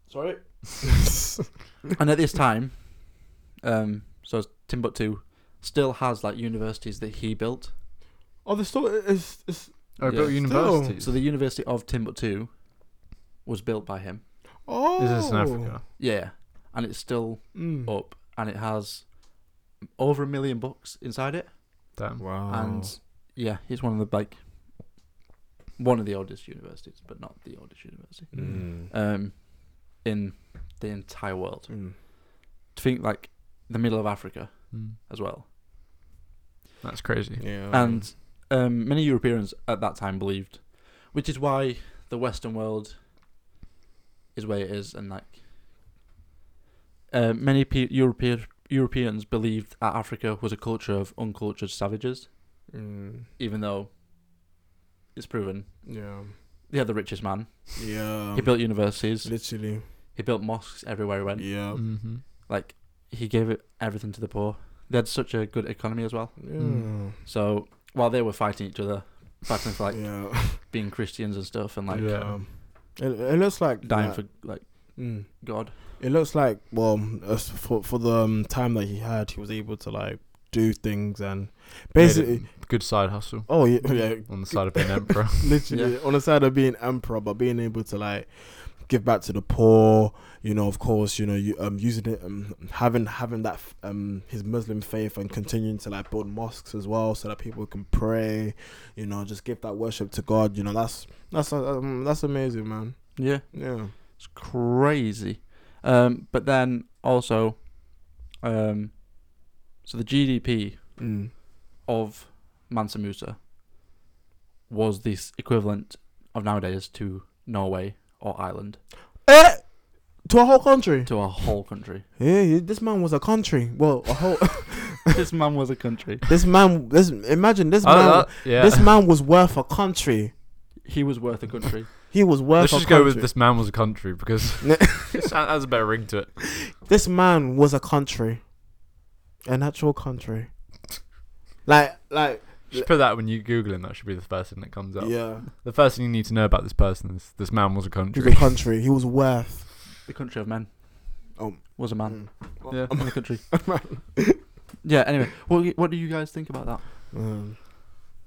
S3: Sorry.
S1: And at this time, um, so Timbuktu still has like universities that he built.
S3: oh, the still is is.
S2: Oh,
S1: Yeah.
S2: built
S1: Still-
S2: universities.
S1: So the University of Timbuktu was built by him.
S3: Oh.
S2: Is this in Africa?
S1: Yeah, and it's still
S3: Mm.
S1: up, and it has over a million books inside it.
S2: Damn.
S3: Wow.
S1: And yeah, it's one of the like one of the oldest universities, but not the oldest university.
S3: Mm.
S1: um, in the entire world.
S3: Mm.
S1: To think like the middle of Africa
S2: Mm.
S1: as well.
S2: That's crazy.
S3: Yeah.
S1: And um, many Europeans at that time believed, which is why the Western world is where it is, and like uh, many pe- European Europeans believed that Africa was a culture of uncultured savages,
S3: Mm,
S1: even though it's proven
S3: yeah.
S1: they had the richest man.
S3: Yeah.
S1: he built universities.
S3: literally.
S1: He built mosques everywhere he went.
S3: Yeah.
S2: Mm-hmm.
S1: Like he gave it everything to the poor. They had such a good economy as well.
S3: Yeah.
S2: Mm.
S1: So while they were fighting each other, fighting for like
S3: yeah.
S1: being Christians and stuff, and like
S2: Yeah.
S3: Um, it, it looks like
S1: dying
S3: that-
S1: for like
S3: Mm.
S1: God.
S3: It looks like well, as for for the um, time that he had, he was able to like do things and basically.
S2: good side hustle
S3: Oh yeah, yeah,
S2: on the side of being emperor.
S3: literally on the side of being emperor, but being able to like give back to the poor. You know, of course, you know, you um using it, um, having having that f- um his Muslim faith and continuing to like build mosques as well, so that people can pray. You know, just give that worship to God. You know, that's that's um, that's amazing, man.
S1: Yeah,
S3: Yeah.
S1: it's crazy. Um, but then also, um, so the GDP
S3: Mm.
S1: of Mansa Musa was this equivalent of nowadays to Norway or Ireland
S3: Eh, to a whole country.
S1: to a whole country.
S3: Yeah, yeah, this man was a country. Well, a whole.
S1: this man was a country.
S3: this man. This imagine this
S2: Oh,
S3: man.
S2: that- yeah.
S3: This man was worth a country.
S1: He was worth a country.
S3: He was worth.
S2: Let's
S3: a
S2: just
S3: country.
S2: go with this man was a country because it has a better ring to it.
S3: This man was a country, an actual country. Like, like,
S2: Just put that when you Google him. That should be the first thing that comes up.
S3: yeah.
S2: The first thing you need to know about this person is this man was a
S3: He
S2: country.
S3: was a country. He was worth.
S1: the country of men.
S2: Oh.
S3: Um,
S1: Was a man.
S2: Yeah.
S1: In the country. yeah. Anyway, what what do you guys think about that?
S3: Um,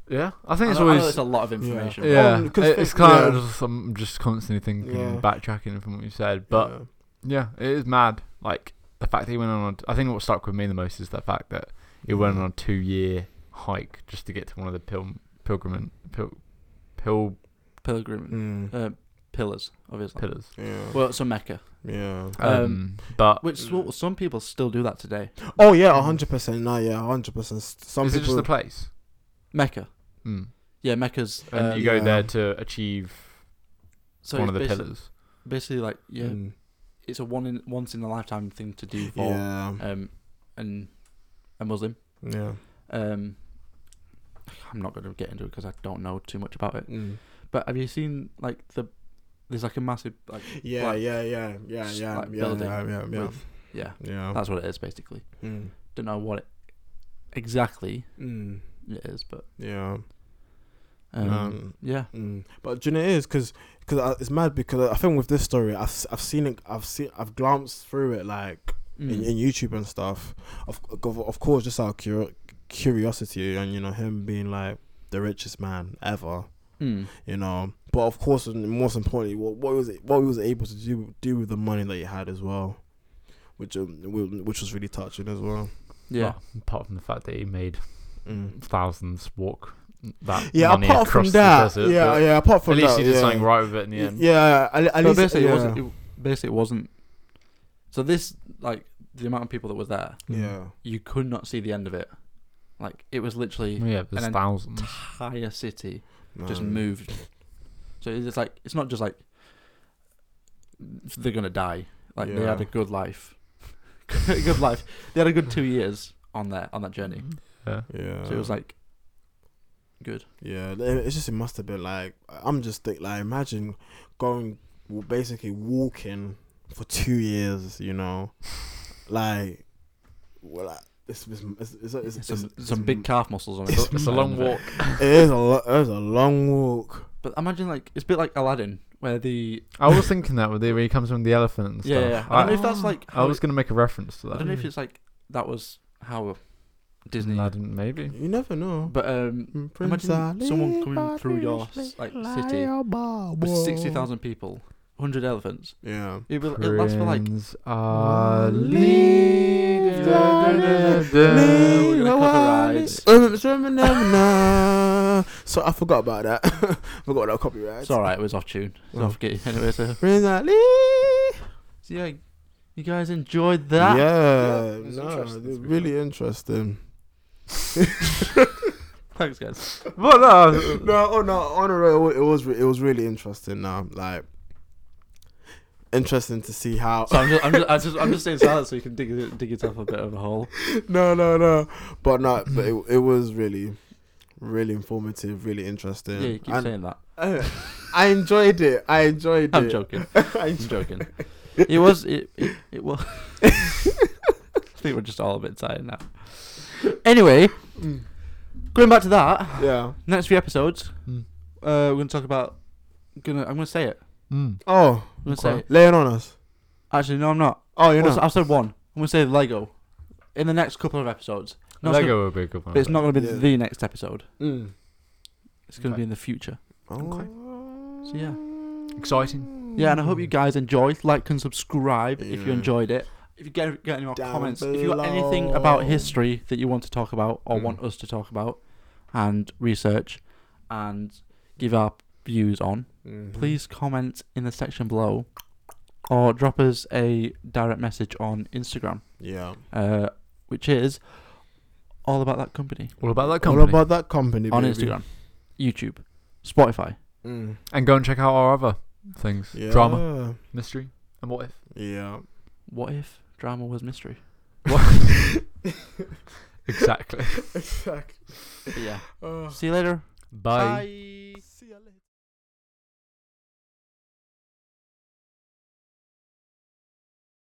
S2: Yeah, I think
S1: I
S2: it's
S1: know- I know
S2: always
S1: it's a lot of information. but-
S2: yeah.
S3: Um, 'cause
S2: it-
S3: thi-
S2: it's kind of
S3: yeah.
S2: just, I'm just constantly thinking,
S3: Yeah.
S2: backtracking from what you said, but yeah. it is mad. Like the fact that he went on. A, I think what stuck with me the most is the fact that he went
S3: Mm.
S2: on a two-year hike just to get to one of the pil- pilgrim pil- pil-
S1: Pilgrim
S3: Mm,
S1: uh, pillars of Islam.
S2: pillars.
S3: yeah.
S1: Well, so Mecca,
S3: yeah.
S1: Um,
S2: Um, but
S1: which s- well, some people still do that today.
S3: Oh yeah, a hundred percent. Nah, yeah, a hundred percent. Some
S2: is it just
S3: people.
S2: the place?
S1: Mecca.
S2: Mm.
S1: Yeah, Mecca's.
S2: And
S1: um,
S2: you go
S3: Uh, yeah.
S2: there to achieve
S1: so
S2: one
S1: it's
S2: of the
S1: basi-
S2: pillars.
S1: Basically, like yeah,
S3: Mm,
S1: it's a one in once in a lifetime thing to do for
S3: yeah.
S1: um, an a Muslim.
S3: Yeah.
S1: Um, I'm not going to get into it because I don't know too much about it.
S3: Mm.
S1: But have you seen like the there's like a massive like
S3: Yeah,
S1: Like,
S3: yeah, yeah, yeah,
S1: s-
S3: yeah,
S1: like
S3: yeah,
S1: building
S3: yeah, yeah, yeah,
S1: with- yeah
S3: yeah.
S1: that's what it is basically.
S3: Mm.
S1: Don't know what it exactly
S3: Mm.
S1: it is, but
S3: Yeah.
S1: um,
S3: Um,
S1: yeah,
S3: Mm. But do you know it is because it's mad because I think with this story I've, s- I've seen it I've seen I've glanced through it like in,
S1: Mm.
S3: in YouTube and stuff of of, of course just out of cur- curiosity and you know him being like the richest man ever
S1: Mm.
S3: you know but of course and most importantly what what he was what he was able to do do with the money that he had as well which um, wi- which was really touching as well
S1: yeah.
S2: Well, apart from the fact that he made
S3: Mm.
S2: thousands walk that
S3: yeah
S2: money
S3: apart
S2: across
S3: from that
S2: the desert.
S3: yeah
S2: but
S3: yeah apart from
S2: At least
S3: that,
S2: he did
S3: yeah.
S2: something right with it in the end.
S3: yeah at, at
S1: But
S3: least
S1: basically,
S3: yeah.
S1: it wasn't. It, basically, it wasn't. So this, like, the amount of people that were there,
S3: yeah
S1: you could not see the end of it. Like, it was
S3: Mm.
S1: literally
S2: Yeah, there's
S1: then-
S2: thousands.
S1: entire city just
S2: Um,
S3: Man.
S1: moved. So it's just like it's not just like they're gonna die. Like they had
S3: Yeah.
S1: a good life, a good life. They had a good two years on that on that journey.
S2: Yeah.
S3: Yeah.
S1: So it was
S2: Uh,
S1: like good.
S3: yeah, it- it's just it must have been like I'm just think like imagine going well, basically walking for two years, you know, like well, like, it's it's it's, it's, it's,
S1: some
S3: it's-
S1: some big calf muscles on it.
S3: it's-
S1: but-
S2: It's a long walk.
S3: It is a lo- it is a long walk.
S1: But imagine like it's a bit like Aladdin, where the
S2: I was thinking that with the, where he comes from the elephant and stuff.
S1: yeah, yeah, yeah. I
S2: I,
S1: don't know if that's like
S2: I
S1: how
S2: was
S1: it-
S2: gonna make a reference to
S1: I
S2: that.
S1: don't know if it's like that was how Disney.
S2: Aladdin, maybe.
S3: You never know.
S1: But um,
S3: Mm, Prince
S1: imagine
S3: Ali,
S1: someone coming through your
S3: Patrice,
S1: like
S3: Lay-
S1: city
S3: Lay- Bow,
S1: with
S3: wow.
S1: sixty thousand people, hundred elephants.
S3: Yeah.
S1: It will it'll last for like
S2: Prince
S3: Ali,
S2: Ali.
S3: da- da-
S1: da-
S2: We're
S1: We're gonna
S3: Lay-
S1: copyright.
S3: Um, um, um, nah. So I forgot about that. forgot about copyright.
S1: it's all right. It was off tune. It's
S3: Well.
S1: off key. Anyway, so,
S3: Prince Ali.
S1: so yeah, you guys enjoyed that.
S3: Yeah,
S1: it's
S3: no,
S1: interesting.
S3: they're
S1: It's
S3: really interesting.
S1: Thanks, guys.
S2: gonna- What? uh,
S3: no, oh no, on a real, it was re- it was really interesting. Now, like, interesting to see how.
S1: So I'm just, I'm just, I'm just, I'm just staying silent so you can dig, dig yourself a bit of a hole.
S3: no, no, no. But no, but it, it was really, really informative, really
S1: Yeah,
S3: interesting.
S1: you keep
S3: And-
S1: saying that.
S3: Uh, I enjoyed it. I enjoyed
S1: I'm
S3: it.
S1: joking.
S3: I
S1: I'm joking. It was, it, it, it was. I think we're just all a bit tired now. Anyway,
S3: Mm.
S1: going back to that,
S3: Yeah.
S1: next few episodes,
S2: Mm.
S1: uh, we're gonna talk about. Gonna, I'm gonna say it.
S2: Mm.
S3: Oh,
S1: I'm gonna say
S2: Okay.
S1: it.
S3: laying on us.
S1: Actually, no, I'm not.
S3: Oh, you
S1: What's-
S3: know.
S1: I've said one. I'm gonna say Lego. In the next couple of episodes. No, it's gonna-
S2: Lego would be a good one.
S1: but it's not gonna be
S3: Yeah.
S1: the next episode.
S3: Mm.
S1: It's gonna
S2: Okay.
S1: be in the future.
S3: Oh.
S1: So yeah.
S3: Mm.
S2: Exciting.
S1: Yeah, and I hope you guys enjoy. Like and subscribe if you
S3: Yeah.
S1: enjoyed it. If you get, get any more
S3: Down
S1: comments, if you got anything
S3: below.
S1: about history that you want to talk about or
S2: Mm.
S1: want us to talk about and research and give our views on,
S3: Mhm.
S1: please comment in the section below or drop us a direct message on Instagram,
S3: Yeah.
S1: uh, which is all about that company
S2: All about that
S3: All
S2: company.
S3: about that company.
S1: on
S3: baby.
S1: Instagram, YouTube, Spotify.
S3: Mm.
S2: and go and check out our other things.
S3: Yeah.
S2: Drama, mystery, and what if.
S3: Yeah.
S1: What if drama was mystery?
S2: Exactly.
S3: Oh.
S1: But yeah. See you later. Bye.